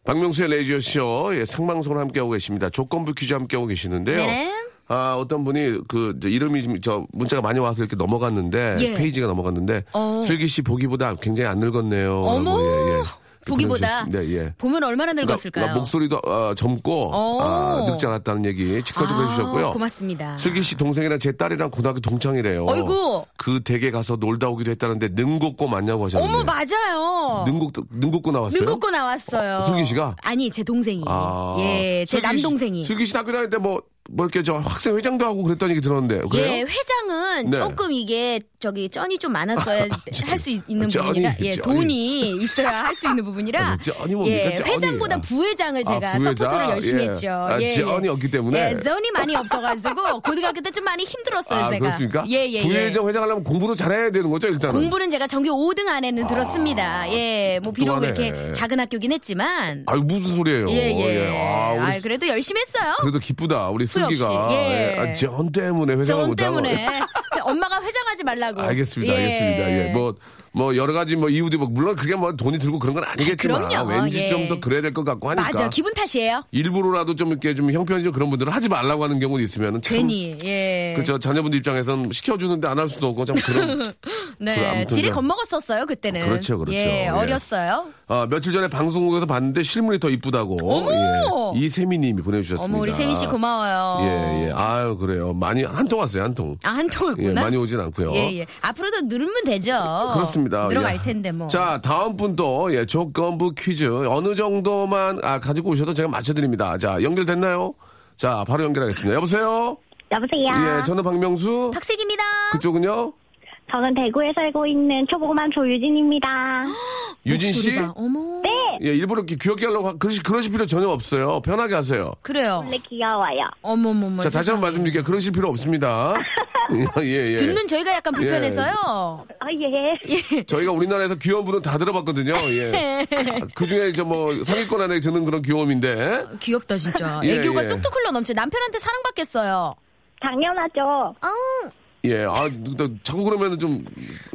S1: 박명수의 레이저쇼 예, 생방송을 함께하고 계십니다. 조건부 퀴즈 함께하고 계시는데요.
S3: 네.
S1: 아, 어떤 분이 그, 저 이름이 지금 저 문자가 많이 와서 이렇게 넘어갔는데,
S3: 예.
S1: 페이지가 넘어갔는데,
S3: 어.
S1: 슬기 씨 보기보다 굉장히 안 늙었네요.
S3: 어머!
S1: 라고,
S3: 보기보다
S1: 보내주셨습니다. 예.
S3: 보면 얼마나
S1: 그러니까
S3: 늙었을까요?
S1: 목소리도 어, 젊고
S3: 오.
S1: 아, 늙지 않았다는 얘기 직설 좀
S3: 아,
S1: 해주셨고요.
S3: 고맙습니다.
S1: 슬기 씨 동생이랑 제 딸이랑 고등학교 동창이래요.
S3: 어이구.
S1: 그 댁에 가서 놀다 오기도 했다는데 능곡고 맞냐고 하셨는데.
S3: 어머 맞아요.
S1: 능곡 능곡고 나왔어요?
S3: 고 나왔어요.
S1: 어, 슬기 씨가?
S3: 아니 제 동생이.
S1: 아.
S3: 예, 제
S1: 슬기 씨-
S3: 남동생이.
S1: 슬기 씨 학교 다닐 때뭐 뭐 이렇게 저 학생 회장도 하고 그랬다는 얘기 들었는데. 그래요?
S3: 예, 회장은
S1: 네. 아,
S3: 조금 이게 저기 쩐이 좀 많았어야 할 수 있는
S1: 쩐이,
S3: 부분이라 예,
S1: 쩐이.
S3: 돈이 있어야 할 수 있는 부분이라
S1: 아니, 쩐이 뭡니까?
S3: 예,
S1: 쩐이.
S3: 회장보다
S1: 아.
S3: 부회장을
S1: 아,
S3: 제가
S1: 부회장?
S3: 서포터를 열심히
S1: 예.
S3: 했죠.
S1: 아, 쩐이 없기 때문에?
S3: 예, 쩐이 많이 없어가지고 고등학교 때 좀 많이 힘들었어요,
S1: 아,
S3: 제가.
S1: 그렇습니까?
S3: 예, 예, 예.
S1: 부회장 회장하려면 공부도 잘해야 되는 아, 거죠, 일단은.
S3: 공부는 제가 전교 5등 안에는 들었습니다. 예, 뭐 비록
S1: 똑똑하네.
S3: 이렇게 작은 학교긴 했지만
S1: 아유, 무슨 소리예요.
S3: 예, 예.
S1: 아, 우리
S3: 아, 그래도 열심히 했어요.
S1: 그래도 기쁘다. 우리
S3: 수요
S1: 슬기가.
S3: 없이. 예.
S1: 아, 전 때문에 회사가
S3: 전
S1: 못하고.
S3: 때문에 엄마가 회장하지 말라고.
S1: 알겠습니다.
S3: 예.
S1: 알겠습니다. 예. 뭐, 뭐, 여러 가지 뭐 이유도 있고, 물론 그게 뭐 돈이 들고 그런 건 아니겠지만.
S3: 아, 그럼요.
S1: 왠지
S3: 예.
S1: 좀 더 그래야 될 것 같고 하니까.
S3: 맞아, 기분 탓이에요.
S1: 일부러라도 좀 이렇게 좀 형편이 좀 그런 분들은 하지 말라고 하는 경우는 있으면 참.
S3: 괜히 예.
S1: 그렇죠. 자녀분들 입장에서는 시켜주는데 안 할 수도 없고, 참 그런. 그
S3: 네,
S1: 아무튼
S3: 지레
S1: 좀-
S3: 겁먹었었어요 그때는.
S1: 그렇죠, 그렇죠.
S3: 예,
S1: 예.
S3: 어렸어요.
S1: 아, 며칠 전에 방송국에서 봤는데 실물이 더 이쁘다고.
S3: 어머!
S1: 예. 이세미 님이 보내주셨습니다.
S3: 어머 우리 세민 씨 고마워요.
S1: 예, 예. 아유, 그래요. 많이, 한 통 왔어요, 한 통.
S3: 아, 한
S1: 예,
S3: 통이구나.
S1: 많이 오진 않고요.
S3: 예, 예. 앞으로도 누르면 되죠.
S1: 그렇습니다.
S3: 들어갈
S1: 예.
S3: 텐데 뭐.
S1: 자, 다음 분도 예, 조건부 퀴즈 어느 정도만 아, 가지고 오셔도 제가 맞춰드립니다. 자, 연결됐나요? 자, 바로 연결하겠습니다. 여보세요.
S6: 여보세요.
S1: 예, 저는 박명수.
S3: 박색입니다.
S1: 그쪽은요?
S6: 저는 대구에 살고 있는 초보고만 조유진입니다.
S1: 유진 씨.
S3: 소리가, 어머.
S6: 네.
S1: 예, 일부러 이렇게 귀엽게 하려고 하- 그러시, 그러실 필요 전혀 없어요. 편하게 하세요.
S3: 그래요.
S6: 원래 귀여워요.
S3: 어머머머.
S1: 자, 다시 한 번 말씀드릴게요. 그러실 필요 없습니다. 예, 예.
S3: 듣는 저희가 약간 불편해서요.
S6: 아 예.
S1: 저희가 우리나라에서 귀여운 분은 다 들어봤거든요. 예. 그 중에 이제 뭐 상위권 안에 드는 그런 귀여움인데.
S3: 귀엽다 진짜.
S1: 예,
S3: 애교가
S1: 예.
S3: 뚝뚝 흘러 넘쳐. 남편한테 사랑받겠어요.
S6: 당연하죠.
S3: 아우,
S1: 예, 아, 누- 나- 자꾸 그러면은 좀,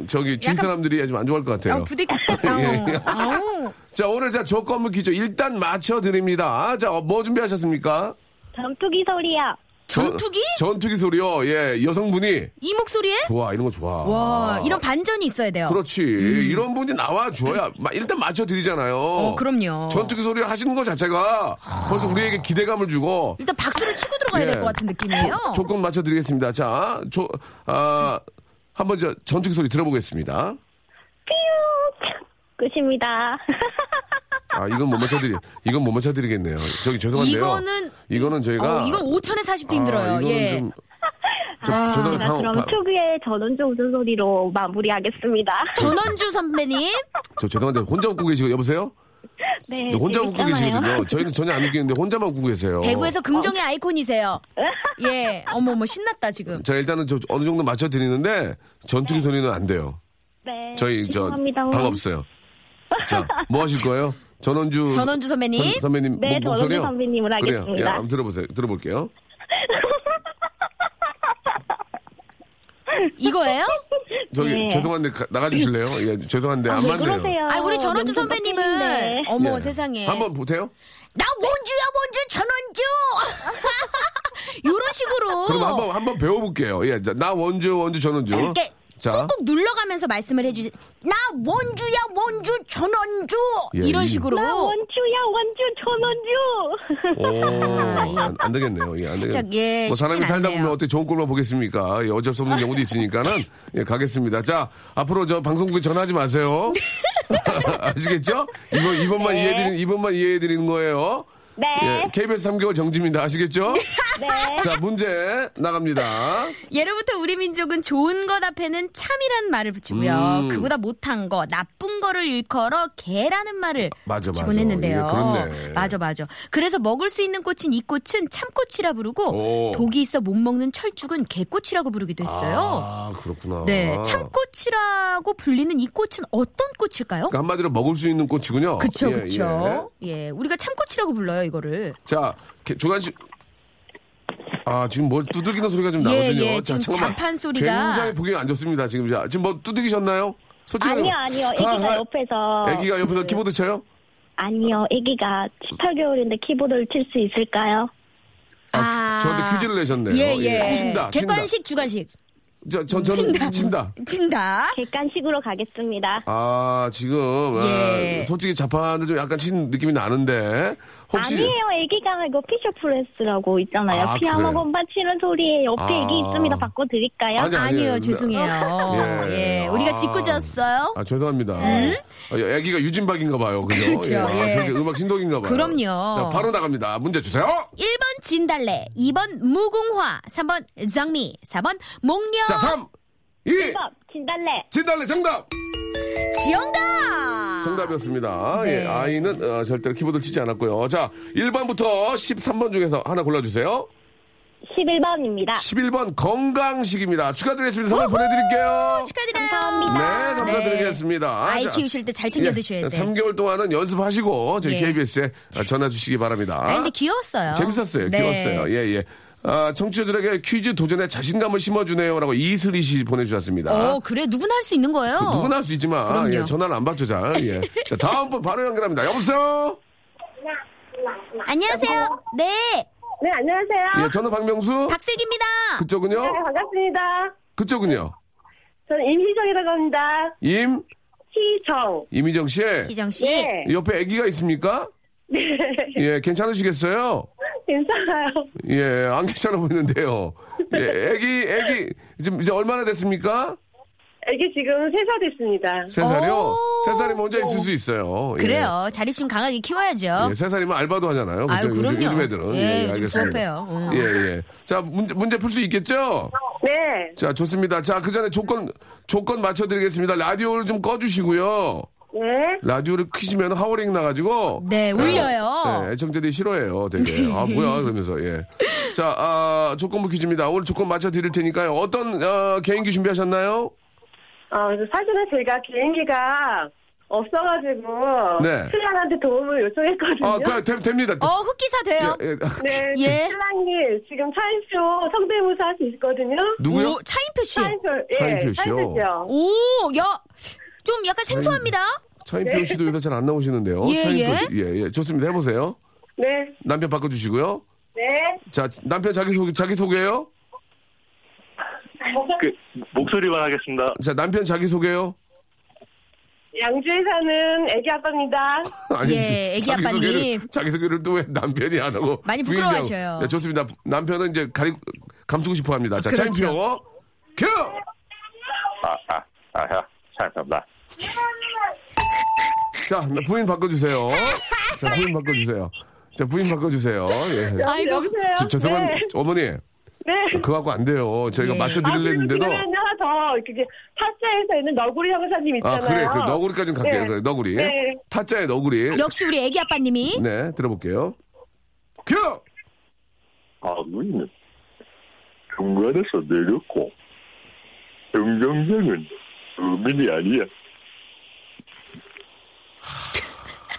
S1: 저기, 주위
S3: 약간-
S1: 사람들이 좀 안 좋아할 것 같아요. 예,
S3: 아우 어, 부대. 아우. 아우.
S1: 자, 오늘 자, 조건부 퀴즈 일단 맞춰드립니다. 자, 어, 뭐 준비하셨습니까?
S6: 전투기 소리요.
S1: 저-
S3: 전투기?
S1: 전투기 소리요. 예, 여성분이.
S3: 이 목소리에?
S1: 좋아, 이런 거 좋아.
S3: 와, 이런 반전이 있어야 돼요.
S1: 그렇지. 이런 분이 나와줘야, 마- 일단 맞춰드리잖아요.
S3: 어, 그럼요.
S1: 전투기 소리 하시는 것 자체가 벌써 우리에게 기대감을 주고.
S3: 일단 박수를 치고 들어가야
S1: 예.
S3: 될 것 같은 느낌이에요.
S1: 조, 건 맞춰드리겠습니다. 자, 조, 아, 한번 저 전투기 소리 들어보겠습니다.
S6: 뾰욱 끝입니다.
S1: 아, 이건 못 맞춰드리, 이건 못 맞춰드리겠네요. 저기 죄송한데요.
S3: 이거는-
S1: 이거는 저희가.
S3: 어, 이건 5천에 40도 힘들어요.
S1: 아, 이거는
S3: 예.
S1: 좀. 저, 저도
S6: 자,
S1: 방,
S6: 아, 그럼
S1: 방-
S6: 특유의 전원주 웃음소리로 마무리하겠습니다.
S3: 전원주 선배님.
S1: 저 죄송한데 혼자 웃고 계시고 여보세요?
S6: 네.
S1: 저 혼자 웃고
S6: 재밌잖아요.
S1: 계시거든요. 저희는 전혀 안 웃기는데 혼자만 웃고 계세요.
S3: 대구에서 긍정의
S1: 어.
S3: 아이콘이세요. 예. 어머, 어머, 신났다, 지금.
S1: 자 일단은 저 어느 정도 맞춰드리는데 전투기 소리는 안 돼요.
S6: 네.
S1: 저희
S6: 죄송합니다.
S1: 저방 없어요. 자 뭐 하실 거예요? 전원주
S3: 전원주 선배님.
S1: 선, 선배님
S6: 네,
S1: 목, 소리요
S6: 전원주 선배님을
S1: 그래요. 예,
S6: 하겠습니다.
S1: 한번 들어보세요. 들어볼게요.
S3: 이거예요?
S1: 저기
S6: 네.
S1: 죄송한데 가- 나가주실래요? 예, 죄송한데 안
S6: 왜
S1: 맞네요.
S6: 그러세요?
S3: 아,
S2: 어,
S3: 우리
S2: 네.
S3: 전원주
S6: 명수
S3: 선배님은.
S6: 선배님인데. 네.
S3: 어머,
S1: 예.
S3: 세상에.
S1: 한번 보세요.
S3: 나 원주야, 원주, 전원주! 요런 식으로.
S1: 그럼 한번 한번 배워볼게요. 예, 자, 나 원주 원주 전원주.
S3: 아, 이렇게
S1: 자.
S3: 꾹꾹 눌러가면서 말씀을 해주세요. 나 원주야, 원주, 전원주!
S1: 예,
S3: 이런
S1: 이-
S3: 식으로.
S6: 나 아, 원주야 원주 전원주.
S1: 오, 안, 안 되겠네요. 예, 안 되겠-
S3: 살짝, 예,
S1: 뭐 사람이
S3: 쉽진
S1: 살다
S3: 않네요.
S1: 보면 어떻게 좋은 꼴만 보겠습니까? 예, 어쩔 수 없는 경우도 있으니까는 예, 가겠습니다. 자, 앞으로 저 방송국에 전화하지 마세요. 아시겠죠? 이번 이번만
S3: 네.
S1: 이해드리 이번만 이해해드리는 거예요.
S6: 네.
S1: 예, KBS 3개월 정지입니다. 아시겠죠?
S3: 네.
S1: 자, 문제 나갑니다.
S3: 예로부터 우리 민족은 좋은 것 앞에는 참이란 말을 붙이고요.
S1: 음.
S3: 그보다 못한 거, 나쁜 거를 일컬어 개라는 말을
S1: 맞아,
S3: 붙이곤
S1: 맞아.
S3: 했는데요.
S1: 이게 그렇네.
S3: 맞아, 맞아. 그래서 먹을 수 있는 꽃인 이 꽃은 참꽃이라 부르고
S1: 오.
S3: 독이 있어 못 먹는 철쭉은 개꽃이라고 부르기도 했어요.
S1: 아, 그렇구나.
S3: 네, 참꽃이라고 불리는 이 꽃은 어떤 꽃일까요?
S1: 그러니까 한마디로 먹을 수 있는 꽃이군요.
S3: 그쵸,
S1: 예,
S3: 그쵸. 예, 우리가 참꽃이라고 불러요, 이거를.
S1: 예. 자, 주간식. 아, 지금 뭘 두들기는 소리가 좀
S3: 예,
S1: 나거든요.
S3: 예,
S1: 자,
S3: 지금
S1: 잠깐만.
S3: 잔판 소리가.
S1: 굉장히 보기 안 좋습니다, 지금. 자, 지금 뭐 두들기셨나요? 솔직히.
S6: 아니요 아니요.
S1: 아, 아,
S6: 애기가 옆에서. 그
S1: 애기가 옆에서 키보드 쳐요?
S6: 아니요, 아기가 18개월인데 키보드를 칠 수 있을까요?
S1: 아,
S3: 아,
S1: 저한테 퀴즈를 내셨네요.
S3: 예, 예.
S1: 예. 친다, 친다.
S3: 객관식, 주관식.
S1: 저, 저, 저는 친다.
S3: 친다.
S6: 객관식으로 가겠습니다.
S1: 아, 지금, 아,
S3: 예.
S1: 솔직히 자판을 좀 약간 친 느낌이 나는데, 혹시.
S6: 아니에요. 애기가 이거 피셔프레스라고 있잖아요.
S1: 아,
S6: 피아노
S1: 그래요?
S6: 건반 치는 소리에 옆에
S1: 아.
S6: 애기 있습니다. 바꿔드릴까요?
S1: 아니, 아니.
S3: 아니요,
S1: 네.
S3: 죄송해요.
S1: 예.
S3: 예. 우리가
S1: 아.
S3: 짓궂었어요.
S1: 아, 죄송합니다.
S6: 네.
S1: 아, 애기가 유진박인가 봐요. 그죠?
S3: 그렇죠,
S1: 아,
S3: 예.
S1: 저게 음악 신동인가 봐요.
S3: 그럼요.
S1: 자, 바로 나갑니다. 문제 주세요.
S3: 1번 진달래, 2번 무궁화, 3번 장미, 4번 목련.
S1: 자, 3, 2,
S6: 정답, 진달래.
S1: 진달래 정답!
S3: 지영다.
S1: 정답이었습니다.
S3: 네.
S1: 예, 아이는 어, 절대로 키보드를 치지 않았고요. 자, 1번부터 13번 중에서 하나 골라주세요.
S6: 11번입니다.
S1: 11번 건강식입니다. 축하드리겠습니다. 선물 보내드릴게요.
S3: 축하드려요.
S1: 네,
S6: 감사합니다.
S1: 감사드리겠습니다.
S3: 네. 아이
S1: 자, 예,
S3: 키우실 때 잘 챙겨 드셔야 돼.
S1: 3개월 동안은 연습하시고 저희
S3: 예.
S1: KBS에 전화 주시기 바랍니다.
S3: 아, 근데 귀여웠어요.
S1: 재밌었어요.
S3: 네.
S1: 귀여웠어요. 예, 예. 아, 청취자들에게 퀴즈 도전에 자신감을 심어주네요라고 이슬이 씨 보내주셨습니다.
S3: 어, 그래. 누구나 할 수 있는 거예요.
S1: 누구나 할 수 있지만
S3: 그럼요.
S1: 예, 전화를 안 받죠, 잘. 예. 자, 다음 분 바로 연결합니다. 여보세요?
S3: 안녕하세요.
S1: 어.
S3: 네.
S2: 네, 안녕하세요. 네,
S1: 예, 저는 박명수.
S3: 박슬기입니다. 네.
S1: 그쪽은요?
S2: 반갑습니다.
S1: 그쪽은요?
S2: 저는 임희정이라고 합니다.
S1: 임,
S2: 희정. 네.
S1: 이미정 씨.
S3: 희정 네. 씨.
S1: 예. 옆에 아기가 있습니까?
S3: 네.
S1: 예, 괜찮으시겠어요?
S2: 괜찮아요.
S1: 예, 안 괜찮아 보이는데요.
S3: 네.
S1: 예, 아기, 아기, 지금 이제 얼마나 됐습니까?
S2: 애기 지금 3살 됐습니다.
S1: 세 살이요?
S3: 오.
S1: 세 살이면 혼자 있을 수 있어요. 예.
S3: 어. 그래요. 자립심 강하게 키워야죠.
S1: 예, 세 살이면 알바도 하잖아요. 그죠?
S3: 아유,
S1: 요즘-
S3: 그럼요.
S1: 요즘 애들은.
S3: 예, 요즘 수업해요. 음.
S1: 예, 예. 자, 문제, 문제 풀 수 있겠죠?
S2: 네.
S1: 자, 좋습니다. 자, 그 전에 조건, 조건 맞춰드리겠습니다. 라디오를 좀 꺼주시고요.
S2: 네.
S1: 라디오를 크시면 하워링 나가지고.
S3: 네, 울려요.
S1: 네, 애청자들이 싫어해요, 되게. 아, 뭐야, 그러면서, 예. 자, 아, 조건부 퀴즈입니다. 오늘 조건 맞춰드릴 테니까요. 어떤, 어, 개인기 준비하셨나요?
S2: 어, 그래서 사실은 제가 개인기가 없어가지고
S1: 네.
S2: 신랑한테 도움을 요청했거든요.
S1: 아, 그, 됨- 됩니다.
S3: 어, 흑기사 돼요.
S1: 예, 예.
S2: 네.
S3: 예.
S2: 신랑이 지금 차인쇼 성대모사 할수 있거든요.
S1: 누구요?
S3: 오, 차인표 씨.
S2: 차인쇼. 예.
S1: 차인표 씨요?
S2: 차인표죠.
S3: 오, 야. 좀 약간 생소합니다.
S1: 차인표 씨도 요새 잘 안 나오시는데요.
S3: 네. 예,
S1: 차인표
S3: 예.
S1: 씨. 예, 예. 좋습니다. 해보세요.
S2: 네.
S1: 남편 바꿔주시고요.
S2: 네.
S1: 자, 남편 자기소개, 자기소개요?
S5: 그, 목소리만 하겠습니다.
S1: 자, 남편 자기소개요?
S2: 양주에 사는 애기 아빠입니다.
S1: 아니,
S3: 예, 애기
S1: 자기소개를-
S3: 아빠님.
S1: 자기소개를 또 왜 남편이 안 하고.
S3: 많이
S1: 부인이 하고.
S3: 부끄러워하셔요.
S1: 네, 좋습니다. 남편은 이제 가리, 감추고 싶어 합니다. 자,
S3: 그렇죠.
S1: 차인표. 큐!
S5: 아, 아, 아하. 잘합니다.
S1: 자, 부인 바꿔주세요. 자, 부인 바꿔주세요. 자, 부인 바꿔주세요. 예.
S3: 아이고.
S2: 여보세요.
S1: 저, 죄송한,
S2: 네.
S1: 어머니.
S2: 네. 아,
S1: 그거 갖고 안 돼요. 저희가
S3: 예.
S1: 맞춰드릴려 했는데도.
S2: 그러면 하나 더 그게 타짜에서 있는 너구리 형사님
S1: 아, 그래.
S2: 있잖아요.
S1: 그 너구리까지는 갈게요.
S2: 네.
S1: 그래, 너구리.
S2: 네.
S1: 타짜의 너구리.
S3: 역시 우리 애기 아빠님이
S1: 네, 들어볼게요. 큐!
S5: 아, 우리는 중간에서 내렸고, 정정장은 의민이 아니야.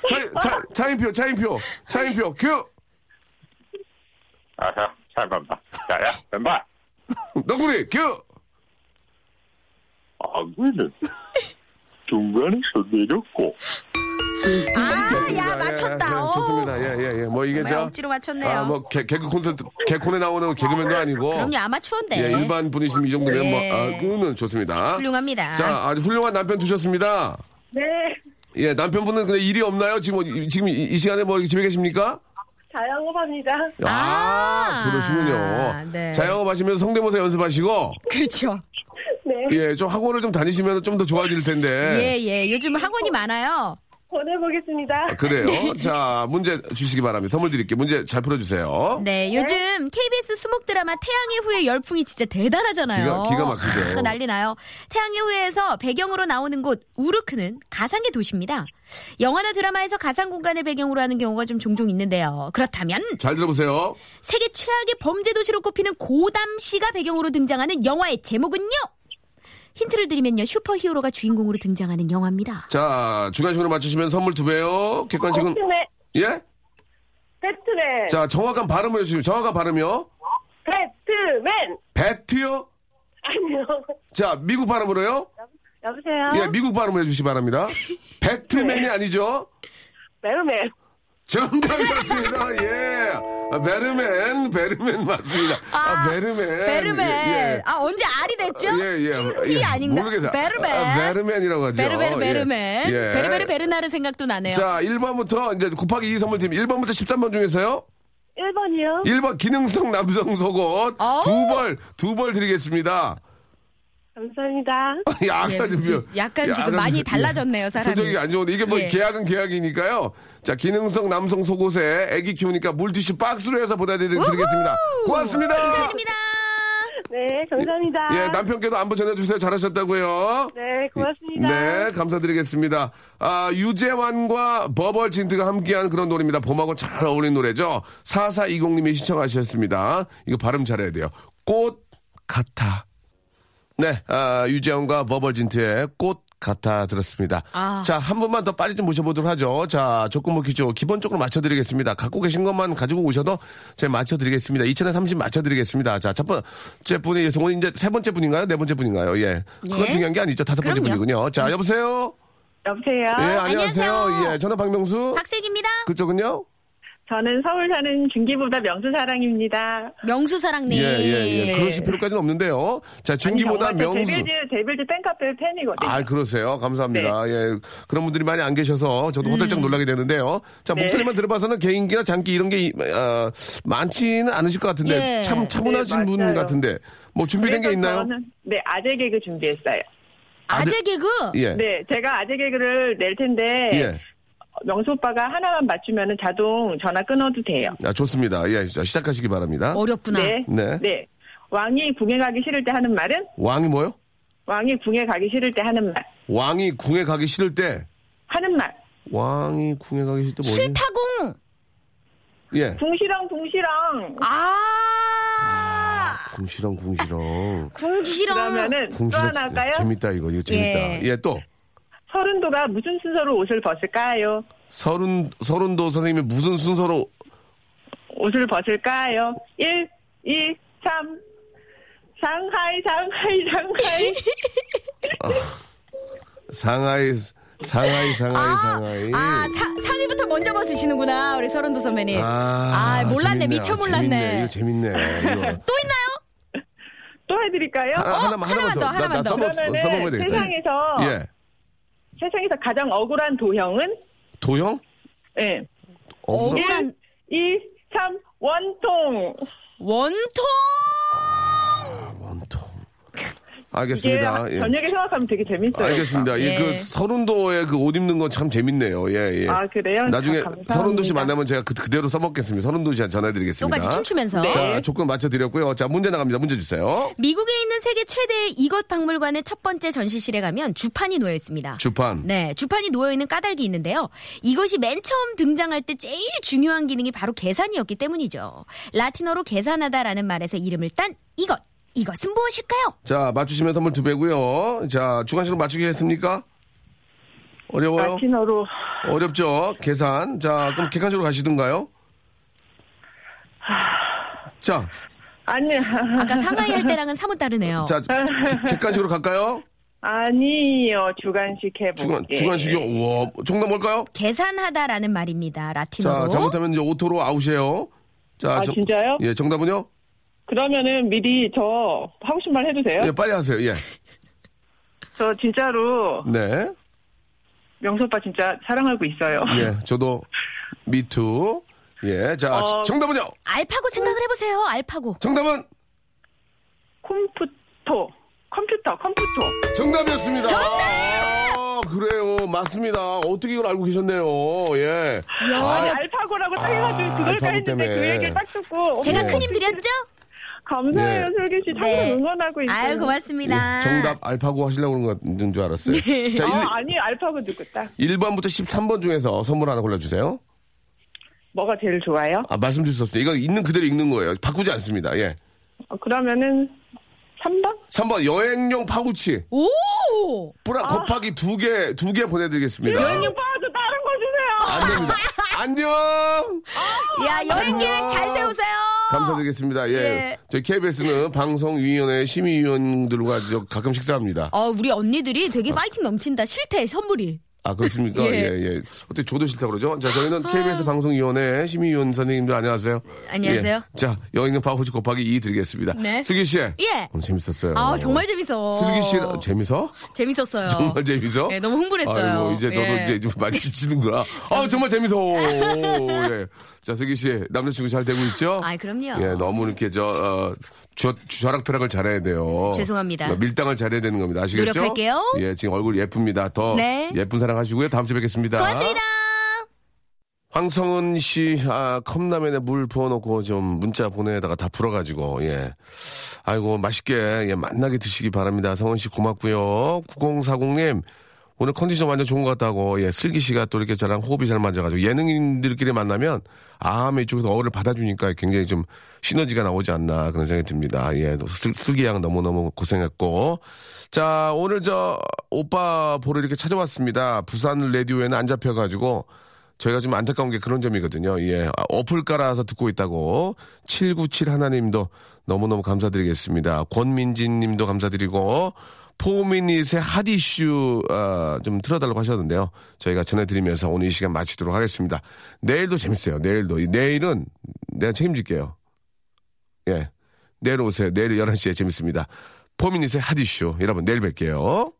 S1: 차, 차, 차인표, 차인표, 차인표, 큐!
S5: 아하. 잘합니다. 야야, 왼발.
S1: 너구리, 큐!
S5: 아, 우리는 중간에서 내렸고,
S3: 아,
S1: 좋습니다.
S3: 야,
S1: 예, 예,
S3: 맞췄다. 어.
S1: 좋습니다. 예, 예, 예. 뭐 이게
S3: 정말
S1: 저.
S3: 억지로 맞췄네요. 어,
S1: 아, 뭐 개, 개그 콘서트, 개콘에 나오는 개그맨도 아니고.
S3: 그럼요, 아마추어인데.
S1: 예, 일반 분이시면 이 정도면 뭐,
S3: 예.
S1: 아, 그거는 좋습니다.
S3: 훌륭합니다.
S1: 자, 아주 훌륭한 남편 두셨습니다.
S2: 네.
S1: 예, 남편분은 근데 일이 없나요? 지금, 뭐 이- 지금 이, 이 시간에 뭐 집에 계십니까?
S2: 자영업합니다.
S1: 아,
S3: 아,
S1: 그러시군요.
S3: 네.
S1: 자영업 하시면서 성대모사 연습하시고,
S3: 그렇죠.
S2: 네.
S1: 예, 좀 학원을 좀 다니시면 좀 더 좋아질 텐데.
S3: 예, 예. 요즘
S1: 어.
S3: 학원이 많아요.
S2: 보내보겠습니다.
S1: 아, 그래요.
S3: 네.
S1: 자, 문제 주시기 바랍니다. 선물 드릴게요. 문제 잘 풀어주세요.
S3: 네, 요즘 KBS 수목 드라마 태양의 후예 열풍이 진짜 대단하잖아요.
S1: 기가- 기가 막히죠.
S3: 아, 난리 나요. 태양의 후예에서 배경으로 나오는 곳 우르크는 가상의 도시입니다. 영화나 드라마에서 가상 공간을 배경으로 하는 경우가 좀 종종 있는데요. 그렇다면
S1: 잘 들어보세요.
S3: 세계 최악의 범죄 도시로 꼽히는 고담시가 배경으로 등장하는 영화의 제목은요? 힌트를 드리면요. 슈퍼히어로가 주인공으로 등장하는 영화입니다.
S1: 자, 주간식으로 맞추시면 선물 두 배요. 객관식은,
S2: 배트맨.
S1: 예?
S2: 배트맨.
S1: 자, 정확한 발음을 해주시면, 정확한 발음이요.
S2: 배트맨.
S1: 배트요?
S2: 아니요.
S1: 자, 미국 발음으로요?
S2: 여보세요.
S3: 네.
S1: 예, 미국 발음을 해주시기 바랍니다. 배트맨이 아니죠?
S2: 매우맨.
S1: 정답이었습니다. 예. 아, 베르맨, 베르맨 맞습니다. 아, 베르맨.
S3: 베르맨.
S1: 예, 예.
S3: 아, 언제 알이 됐죠?
S1: 예, 예.
S3: 티, 티
S1: 예,
S3: 아닌가?
S1: 모르겠어요.
S3: 베르맨.
S1: 아, 베르맨이라고 하죠.
S3: 베르베르
S1: 예.
S3: 베르맨.
S1: 예.
S3: 베르베르 베르나르 생각도 나네요.
S1: 자, 1번부터 이제 곱하기 2 선물팀 1번부터 13번 중에서요.
S2: 1번이요.
S1: 1번 기능성 남성 속옷
S3: 어우.
S1: 두 벌, 두 벌 드리겠습니다. 뭐
S2: 감사합니다.
S3: 예,
S1: 약간 좀
S3: 지금 약간 지금 많이 달라졌네요, 사람이.
S1: 표정이 안 좋은데 이게 뭐
S3: 예.
S1: 계약은 계약이니까요. 자, 기능성 남성 속옷에 애기 키우니까 물티슈 박스로 해서 보내드리겠습니다. 고맙습니다.
S3: 축하드립니다.
S2: 네, 감사합니다.
S1: 예, 남편께도 안부 전해주세요. 잘하셨다고요.
S2: 네, 고맙습니다.
S1: 네, 감사드리겠습니다. 아, 유재환과 버벌진트가 함께한 그런 노래입니다. 봄하고 잘 어울리는 노래죠. 4420님이 시청하셨습니다. 이거 발음 잘해야 돼요. 꽃 같아. 네, 아, 유재환과 버벌진트의 꽃 같아 들었습니다.
S3: 아.
S1: 자, 한 분만 더 빨리 좀 모셔보도록 하죠. 자, 조건부 퀴즈 기본적으로 맞춰드리겠습니다. 갖고 계신 것만 가지고 오셔도 제가 맞춰드리겠습니다. 2030 맞춰드리겠습니다. 자, 첫 번째 분의 예성은 이제 세 번째 분인가요? 네 번째 분인가요? 예. 그건
S3: 예.
S1: 중요한 게 아니죠. 다섯 번째
S3: 그럼요. 네. 아,
S1: 분이군요. 자, 여보세요?
S2: 여보세요.
S1: 예, 안녕하세요.
S3: 안녕하세요.
S1: 예, 저는 박명수.
S3: 박슬기입니다.
S1: 그쪽은요?
S2: 저는 서울 사는 중기보다 명수사랑입니다.
S3: 명수사랑님.
S1: 예, 예, 예. 그러실 필요까지는 없는데요. 자, 중기보다 명수.
S2: 데빌즈, 데빌즈 팬카페 팬이거든요.
S1: 아, 그러세요. 감사합니다.
S2: 네.
S1: 예. 그런 분들이 많이 안 계셔서 저도
S2: 음.
S1: 호들짝 놀라게 되는데요. 자,
S2: 네.
S1: 목소리만 들어봐서는 개인기나 장기 이런 게, 이- 어, 많지는 않으실 것 같은데.
S3: 예.
S1: 참, 차분하신
S2: 네,
S1: 분
S2: 맞아요.
S1: 같은데. 뭐 준비된 게
S2: 그래서
S1: 있나요?
S2: 저는, 네, 아재 개그 준비했어요.
S3: 아재 개그?
S1: 예.
S2: 네, 제가 아재 개그를 낼 텐데
S1: 예.
S2: 명수 오빠가 하나만 맞추면 자동 전화 끊어도 돼요.
S1: 아, 좋습니다. 예. 자, 시작하시기 바랍니다.
S3: 어렵구나.
S2: 네.
S1: 네.
S2: 왕이 궁에 가기 싫을 때 하는 말은?
S1: 왕이 뭐요?
S2: 왕이 궁에 가기 싫을 때 하는 말.
S1: 왕이 궁에 가기 싫을 때.
S2: 하는 말.
S1: 왕이 궁에 가기 싫을 때 뭐지?
S3: 실타공.
S1: 예.
S2: 궁시렁 궁시렁.
S3: 아.
S1: 궁시렁 궁시렁.
S3: 궁시렁.
S2: 그러면은 또
S1: 궁시렁.
S2: 하나 할까요?
S1: 아, 재밌다 이거 이거 재밌다.
S3: 예.
S1: 예 또.
S2: 서른도가 무슨 순서로 옷을 벗을까요?
S1: 서른 서른도 선생님이 무슨 순서로
S2: 옷을 벗을까요? 1, 2, 3. 상하이, 상하이, 상하이.
S1: 상하이 상하이 상하이 상하이.
S3: 아, 사- 상의부터 먼저 벗으시는구나, 우리 서른도 선배님. 아, 몰랐네,
S1: 재밌네.
S3: 미처
S1: 아,
S3: 몰랐네.
S1: 재밌네. 이거 재밌네. 이거.
S3: 또 있나요?
S2: 또 해드릴까요? 어?
S1: 하, 아, 하나만,
S3: 아, 하나만 더,
S1: 나-
S3: 하나만
S1: 나
S3: 더.
S1: 써먹,
S2: 그러면은
S1: 써먹어야 되겠다.
S2: 세상에서
S1: 예.
S2: 세상에서 가장 억울한 도형은?
S1: 도형?
S2: 예.
S1: 어,
S3: 어,
S1: 어,
S2: 1, 2, 3. 원통.
S3: 원통!
S1: 원통.
S2: 이게
S1: 알겠습니다. 예.
S2: 아, 저녁에 생각하면 되게 재밌어요.
S1: 네. 알겠습니다.
S3: 예.
S1: 이 그 서른도에 그 옷 입는 건 참 재밌네요. 예, 예.
S2: 아, 그래요?
S1: 나중에
S2: 아, 감사합니다.
S1: 서른도 씨 만나면 제가 그, 그대로 써먹겠습니다. 서른도 씨한테 전화드리겠습니다. 네.
S3: 똑같이 춤추면서. 네.
S1: 자, 조건 맞춰드렸고요. 자, 문제 나갑니다. 문제 주세요.
S3: 미국에 있는 세계 최대의 이것 박물관의 첫 번째 전시실에 가면 주판이 놓여 있습니다.
S1: 주판.
S3: 네, 주판이 놓여 있는 까닭이 있는데요. 이것이 맨 처음 등장할 때 제일 중요한 기능이 바로 계산이었기 때문이죠. 라틴어로 계산하다라는 말에서 이름을 딴 이것. 이것은 무엇일까요?
S1: 자, 맞추시면 선물 두 배고요. 자, 주관식으로 맞추겠습니까? 어려워요?
S2: 라틴어로
S1: 어렵죠? 계산. 자, 그럼 객관식으로 가시든가요? 자,
S2: 아니
S3: 아까 상하이 할 때랑은 사뭇 다르네요.
S1: 자, 객- 객관식으로 갈까요?
S2: 아니요 주간식 해볼게
S1: 주관, 주관식이요? 우와, 정답 뭘까요?
S3: 계산하다라는 말입니다.
S1: 자,
S3: 라틴어로.
S1: 잘못하면 이제 오토로 아웃이에요. 자,
S2: 아, 진짜요?
S1: 예, 정답은요?
S2: 그러면은 미리 저 하고 싶은 말 해도 돼요?
S1: 예, 빨리 하세요. 예.
S2: 저 진짜로
S1: 네.
S2: 명수 오빠 진짜 사랑하고 있어요.
S1: 예, 저도 미투. 예, 자,
S2: 어.
S1: 정답은요?
S3: 알파고 생각을 해보세요. 알파고.
S1: 정답은
S2: 컴퓨터 컴퓨터 컴퓨터
S1: 정답이었습니다. 아, 그래요. 맞습니다. 어떻게 이걸 알고 계셨네요. 예.
S2: 아니
S1: 아,
S3: 네.
S2: 알파고라고 딱
S1: 아,
S2: 해가지고
S1: 알파고
S2: 그걸까 했는데 그
S1: 때문에.
S2: 얘기를 딱 듣고
S3: 제가
S1: 네.
S2: 어머,
S3: 큰 힘 드렸죠?
S2: 감사해요
S1: 예.
S2: 슬기 씨 항상
S3: 네.
S2: 응원하고 있어요.
S3: 아유, 고맙습니다.
S1: 예, 정답 알파고 하시려고 그런 건줄 알았어요.
S3: 네.
S1: 자,
S2: 어,
S1: 일
S2: 아니 알파고 듣고 딱
S1: 1번부터 13번 중에서 선물 하나 골라주세요.
S2: 뭐가 제일 좋아요?
S1: 아, 말씀 주셨어요. 이거 있는 그대로 읽는 거예요. 바꾸지 않습니다. 예.
S2: 어, 그러면은 3번
S1: 3번 여행용 파우치.
S3: 오!
S1: 뿌라 곱하기 두 개 두 개 보내드리겠습니다.
S3: 아. 예. 여행용
S2: 오빠 저 다른 거 주세요.
S1: 안 됩니다.
S3: 어.
S1: 안녕.
S3: 야, 여행 계획 잘 세우세요.
S1: 감사드리겠습니다. 예.
S3: 예.
S1: 저희 KBS는 방송위원회 심의위원들과 저 가끔 식사합니다.
S3: 아, 어, 우리 언니들이 되게 파이팅 넘친다. 실태 선물이.
S1: 아, 그렇습니까? 예,
S3: 예. 아.
S1: 예. 어떻게 줘도 싫다고 그러죠? 자, 저희는 KBS 방송위원회 심의위원 선생님들 안녕하세요.
S3: 안녕하세요.
S1: 예. 자, 여기는 바보지 곱하기 2 드리겠습니다.
S3: 네.
S1: 슬기 씨.
S3: 예.
S1: 오늘 재밌었어요.
S3: 아 정말 재밌어.
S1: 슬기 씨, 재밌어?
S3: 재밌었어요.
S1: 정말 재밌어?
S3: 네, 너무 흥분했어요.
S1: 아이고, 이제 너도
S3: 예.
S1: 이제 좀 많이 지치는구나. 아, 정말 재밌어. 오, 예. 자, 슬기 씨, 남자친구 잘 되고 있죠?
S3: 아이, 그럼요.
S1: 예, 너무 이렇게 저, 어, 주, 락펴락을 잘해야 돼요. 어,
S3: 죄송합니다.
S1: 밀당을 잘해야 되는 겁니다. 아시겠죠?
S3: 노력할게요.
S1: 예, 지금 얼굴 예쁩니다. 더
S3: 네.
S1: 예쁜 사랑 하시고요. 다음 주에 뵙겠습니다.
S3: 고맙습니다.
S1: 황성은 씨, 아, 컵라면에 물 부어놓고 좀 문자 보내다가 다 불어가지고, 예. 아이고, 맛있게, 예, 만나게 드시기 바랍니다. 성은 씨 고맙고요 9040님, 오늘 컨디션 완전 좋은 것 같다고, 예, 슬기 씨가 또 이렇게 저랑 호흡이 잘 맞아가지고, 예능인들끼리 만나면, 암에 이쪽에서 어를 받아주니까 굉장히 좀 시너지가 나오지 않나, 그런 생각이 듭니다. 예, 또 슬- 슬기 양 너무너무 고생했고. 자, 오늘 저, 오빠 보러 이렇게 찾아왔습니다. 부산 라디오에는 안 잡혀가지고, 저희가 좀 안타까운 게 그런 점이거든요. 예. 아, 어플 깔아서 듣고 있다고. 797 하나님도 너무너무 감사드리겠습니다. 권민진 님도 감사드리고, 포미닛의 핫이슈, 아, 좀 틀어달라고 하셨는데요. 저희가 전해드리면서 오늘 이 시간 마치도록 하겠습니다. 내일도 재밌어요. 내일도. 이 내일은 내가 책임질게요. 예. 내일 오세요. 내일 11시에 재밌습니다. 포미닛의 핫이슈. 여러분, 내일 뵐게요.